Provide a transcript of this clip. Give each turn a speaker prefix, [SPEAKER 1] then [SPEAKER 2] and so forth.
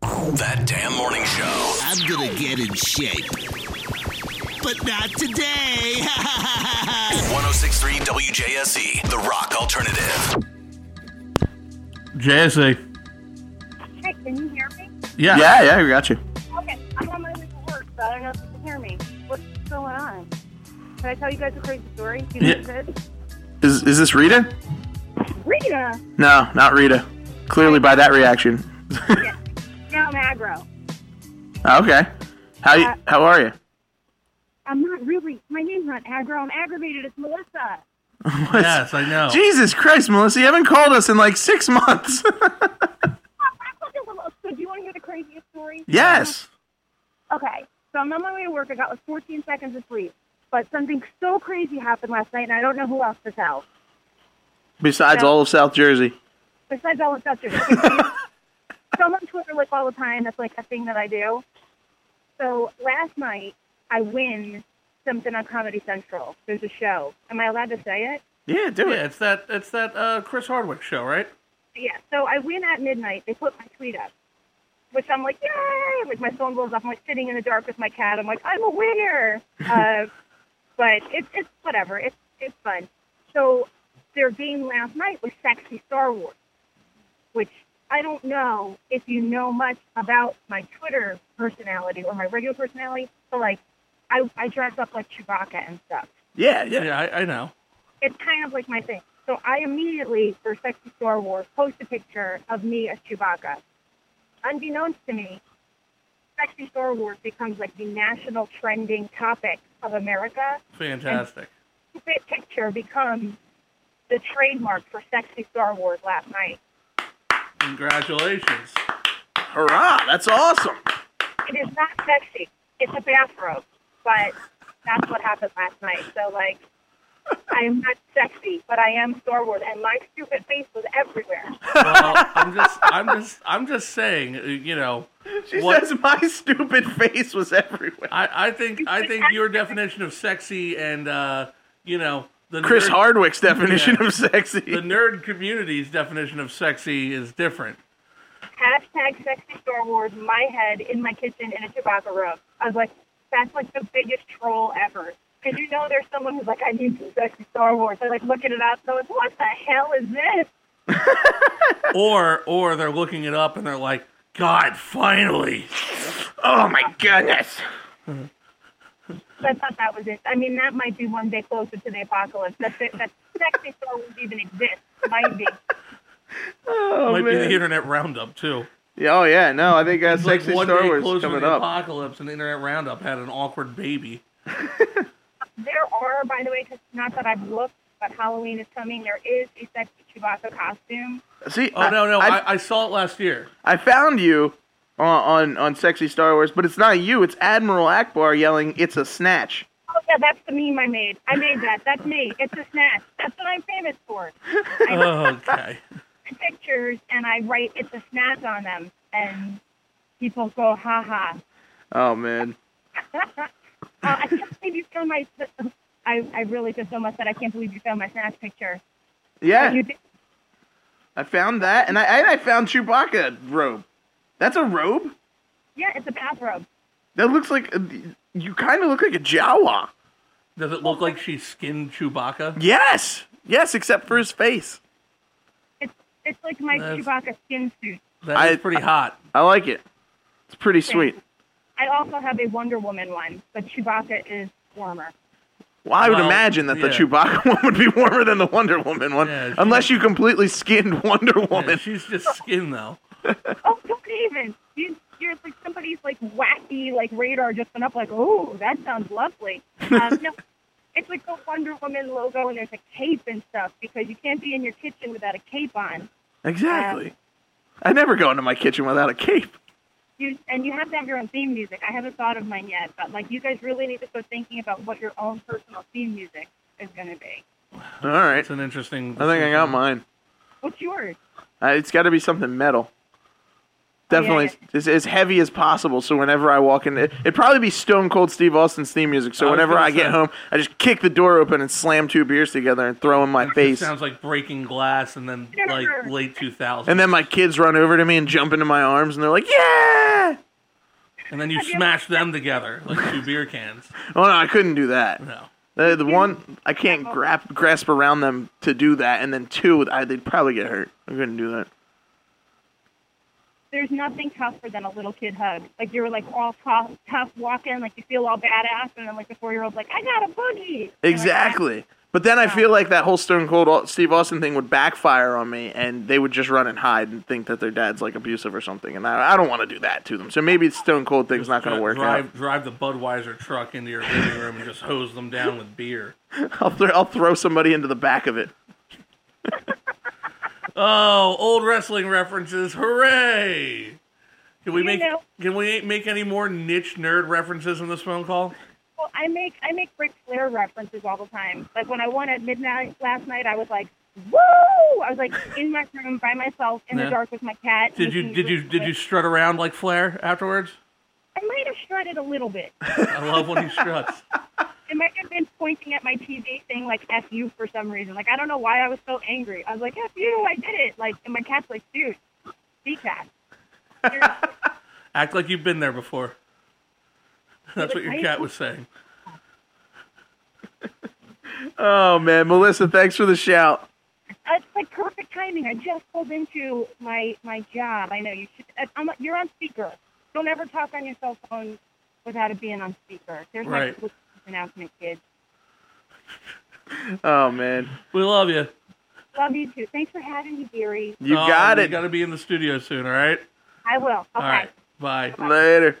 [SPEAKER 1] That damn morning show.
[SPEAKER 2] I'm gonna get in shape. But not today.
[SPEAKER 1] 1063 WJSE, E, The Rock Alternative.
[SPEAKER 3] Jazzy.
[SPEAKER 4] Hey, can you hear me?
[SPEAKER 3] Yeah.
[SPEAKER 5] Yeah, yeah, we got you.
[SPEAKER 4] Okay, I'm on my way to work, so I don't know if you can hear me. What's going on? Can I tell you guys a crazy story? Do you
[SPEAKER 3] Yeah.
[SPEAKER 4] think it's
[SPEAKER 5] Is is this Rita?
[SPEAKER 4] good? Rita!
[SPEAKER 5] No, not Rita. Clearly by that reaction. Ah,
[SPEAKER 4] Now I'm aggro.
[SPEAKER 5] Okay. How you, how are you?
[SPEAKER 4] I'm not really, my name's not aggro, I'm aggravated, it's Melissa.
[SPEAKER 5] What's-
[SPEAKER 3] Yes, I know.
[SPEAKER 5] Jesus Christ, Melissa, you haven't called us in like six months.
[SPEAKER 4] So do you want to hear the craziest story?
[SPEAKER 5] yes.
[SPEAKER 4] Okay, so I'm on my way to work, I got like 14 seconds of sleep. But something so crazy happened last night, and I don't know who else to tell.
[SPEAKER 5] Besides
[SPEAKER 4] Yeah.
[SPEAKER 5] all of South Jersey.
[SPEAKER 4] Besides all the stuff you're doing. So I'm on Twitter like all the time. That's like a thing that I do. So last night I win something on Comedy Central. There's a show. Am I allowed to say it?
[SPEAKER 5] Yeah, do
[SPEAKER 3] Yeah, it's that it's that uh, Chris Hardwick show, right?
[SPEAKER 4] Yeah. So I win at midnight. They put my tweet up. Which I'm like, yay! Like my phone blows up. I'm like sitting in the dark with my cat. I'm like, I'm a winner. Uh, but it's it's whatever. It's it's fun. So their game last night was sexy Star Wars, which I don't know if you know much about my Twitter personality or my regular personality, but like I I dress up like Chewbacca and stuff
[SPEAKER 5] Yeah, yeah.
[SPEAKER 3] Yeah, I, I know.
[SPEAKER 4] it's kind of like my thing. So I immediately, for Sexy Star Wars, post a picture of me as Chewbacca. Unbeknownst to me, Sexy Star Wars becomes like the national trending topic of America.
[SPEAKER 3] Fantastic.
[SPEAKER 4] Stupid picture becomes the trademark for Sexy Star Wars last night.
[SPEAKER 3] Congratulations.
[SPEAKER 5] Hurrah, that's awesome.
[SPEAKER 4] It is not sexy. It's a bathrobe. But that's what happened last night. So like I am not sexy, but I am Star Wars and my stupid face was everywhere.
[SPEAKER 3] Well, I'm just I'm just I'm just saying, uh, you know,
[SPEAKER 5] She
[SPEAKER 3] What-
[SPEAKER 5] says my stupid face was everywhere.
[SPEAKER 3] I, I think I think your definition of sexy and uh, you know, the
[SPEAKER 5] Chris
[SPEAKER 3] nerd,
[SPEAKER 5] Hardwick's definition
[SPEAKER 3] Yeah.
[SPEAKER 5] of sexy.
[SPEAKER 3] the nerd community's definition of sexy is different.
[SPEAKER 4] hashtag sexy Star Wars, my head in my kitchen in a Chewbacca robe. I was like, that's like the biggest troll ever. Because you know there's someone who's like, I need some sexy Star Wars. They're like looking it up. They're like, what the hell is this?
[SPEAKER 3] Or or they're looking it up and they're like, God, finally.
[SPEAKER 5] oh my goodness.
[SPEAKER 4] So I thought that was it. I mean, that might be one day closer to the apocalypse. That's it. That sexy Star Wars even exists. Might be.
[SPEAKER 5] Oh,
[SPEAKER 3] Might be
[SPEAKER 5] man.
[SPEAKER 3] the internet roundup too.
[SPEAKER 5] Yeah, oh yeah, no, I think uh,
[SPEAKER 3] It's
[SPEAKER 5] sexy
[SPEAKER 3] like one
[SPEAKER 5] Star
[SPEAKER 3] day
[SPEAKER 5] Wars
[SPEAKER 3] closer to
[SPEAKER 5] coming
[SPEAKER 3] the
[SPEAKER 5] up.
[SPEAKER 3] apocalypse and the internet roundup had an awkward baby.
[SPEAKER 4] There are, by the way, 'cause not that I've looked, but Halloween is coming. There is a sexy Chewbacca costume.
[SPEAKER 5] See,
[SPEAKER 3] Oh no, no,
[SPEAKER 5] I,
[SPEAKER 3] I, I saw it last year.
[SPEAKER 5] I found you on, on on sexy Star Wars, but it's not you. It's Admiral Akbar yelling, "It's a snatch."
[SPEAKER 4] Oh yeah, that's the meme I made. I made that. That's me. It's a snack. That's what I'm famous for. I
[SPEAKER 3] Okay.
[SPEAKER 4] take pictures and I write it's a snack on them, and people go ha ha.
[SPEAKER 5] Oh man,
[SPEAKER 4] uh, I can't believe you found my. I I really just so much that I can't believe you found my snack picture.
[SPEAKER 5] yeah,
[SPEAKER 4] You did.
[SPEAKER 5] I found that, and I and I found Chewbacca robe. That's a robe
[SPEAKER 4] Yeah, it's a bathrobe.
[SPEAKER 5] that looks like uh, you kind of look like a Jawa.
[SPEAKER 3] Does it look like she skinned Chewbacca?
[SPEAKER 5] Yes, yes, except for his face.
[SPEAKER 4] It's it's like my
[SPEAKER 3] That's-
[SPEAKER 4] Chewbacca skin suit.
[SPEAKER 3] That is
[SPEAKER 5] I-
[SPEAKER 3] pretty hot.
[SPEAKER 5] I like it. It's pretty sweet.
[SPEAKER 4] I also have a Wonder Woman one, but Chewbacca is warmer.
[SPEAKER 5] Well, I would
[SPEAKER 3] Well,
[SPEAKER 5] imagine that the
[SPEAKER 3] yeah.
[SPEAKER 5] Chewbacca one would be warmer than the Wonder Woman one,
[SPEAKER 3] Yeah, she-
[SPEAKER 5] unless you completely skinned Wonder
[SPEAKER 3] Yeah,
[SPEAKER 5] Woman.
[SPEAKER 3] she's just skin though.
[SPEAKER 4] Oh, don't even. You, you're like somebody's like wacky, like radar just went up. Like, oh, that sounds lovely. Um, no, it's like the Wonder Woman logo, and there's a cape and stuff because you can't be in your kitchen without a cape on.
[SPEAKER 5] Exactly. I never go into my kitchen without a cape.
[SPEAKER 4] You and you have to have your own theme music. I haven't thought of mine yet, but like you guys really need to start thinking about what your own personal theme music is going to be.
[SPEAKER 5] All right.
[SPEAKER 3] It's an interesting.
[SPEAKER 5] I think I got mine.
[SPEAKER 4] What's yours?
[SPEAKER 3] Oh,
[SPEAKER 5] Uh, it's got to be something metal. Definitely
[SPEAKER 4] Yeah.
[SPEAKER 5] as, as heavy as possible. So whenever I walk in, it, it'd probably be Stone Cold Steve Austin's theme music. So
[SPEAKER 3] I was
[SPEAKER 5] whenever
[SPEAKER 3] gonna
[SPEAKER 5] I get
[SPEAKER 3] say-
[SPEAKER 5] home, I just kick the door open and slam two beers together and throw in my
[SPEAKER 3] It
[SPEAKER 5] face.
[SPEAKER 3] sounds like breaking glass and then like late 2000s.
[SPEAKER 5] And then my kids run over to me and jump into my arms and they're like, "Yeah!"
[SPEAKER 3] And then you smash them together like two beer cans.
[SPEAKER 5] Oh no, I couldn't do that.
[SPEAKER 3] No.
[SPEAKER 5] The, the one I can't grasp grasp around them to do that, and then two, I, they'd probably get hurt. I couldn't do that.
[SPEAKER 4] There's nothing tougher than a little kid hug. Like you're like all tough, tough walking, like you feel all badass, and then like the four year old's like, I got a boogie. And you're like,
[SPEAKER 5] Exactly. But then I feel like that whole Stone Cold Au- Steve Austin thing would backfire on me, and they would just run and hide and think that their dad's like abusive or something. And I, I don't want to do that to them. So maybe the Stone Cold thing's not going to
[SPEAKER 3] Dri-
[SPEAKER 5] work
[SPEAKER 3] drive,
[SPEAKER 5] out.
[SPEAKER 3] Drive the Budweiser truck into your living room and just hose them down with beer.
[SPEAKER 5] I'll, th- I'll throw somebody into the back of it.
[SPEAKER 3] Oh, old wrestling references! Hooray! Can we
[SPEAKER 4] You
[SPEAKER 3] make
[SPEAKER 4] know-
[SPEAKER 3] Can we make any more niche nerd references in this phone call?
[SPEAKER 4] Well, I make I make Ric Flair references all the time. Like when I won at midnight last night, I was like, "Woo!" I was like in my room by myself in
[SPEAKER 3] Yeah.
[SPEAKER 4] the dark with my cat.
[SPEAKER 3] Did you
[SPEAKER 4] listening
[SPEAKER 3] Did
[SPEAKER 4] to
[SPEAKER 3] you
[SPEAKER 4] Ric
[SPEAKER 3] Did you strut around like Flair afterwards?
[SPEAKER 4] Flair. I might have strutted a little bit.
[SPEAKER 3] I love when he struts.
[SPEAKER 4] It might have been pointing at my TV, saying like "f you" for some reason. Like I don't know why I was so angry. I was like "f you," I did it. Like and my cat's like, "Dude, see cat." Seriously.
[SPEAKER 3] Act like you've been there before. That's what your
[SPEAKER 4] I-
[SPEAKER 3] cat was saying.
[SPEAKER 5] Oh man, Melissa, thanks for the shout.
[SPEAKER 4] Uh, It's like perfect timing. I just pulled into my my job. I know you should. uh, I'm, you're on speaker. Don't ever talk on your cell phone without it being on speaker. There's
[SPEAKER 3] Right.
[SPEAKER 4] my announcement, kids.
[SPEAKER 5] Oh man,
[SPEAKER 3] We love you.
[SPEAKER 4] Love you too. Thanks for having me, dearie.
[SPEAKER 5] you
[SPEAKER 3] Oh,
[SPEAKER 5] got
[SPEAKER 3] You
[SPEAKER 5] it.
[SPEAKER 3] got to be in the studio soon. All right.
[SPEAKER 4] I will. Okay.
[SPEAKER 3] All right. Bye.
[SPEAKER 5] Later.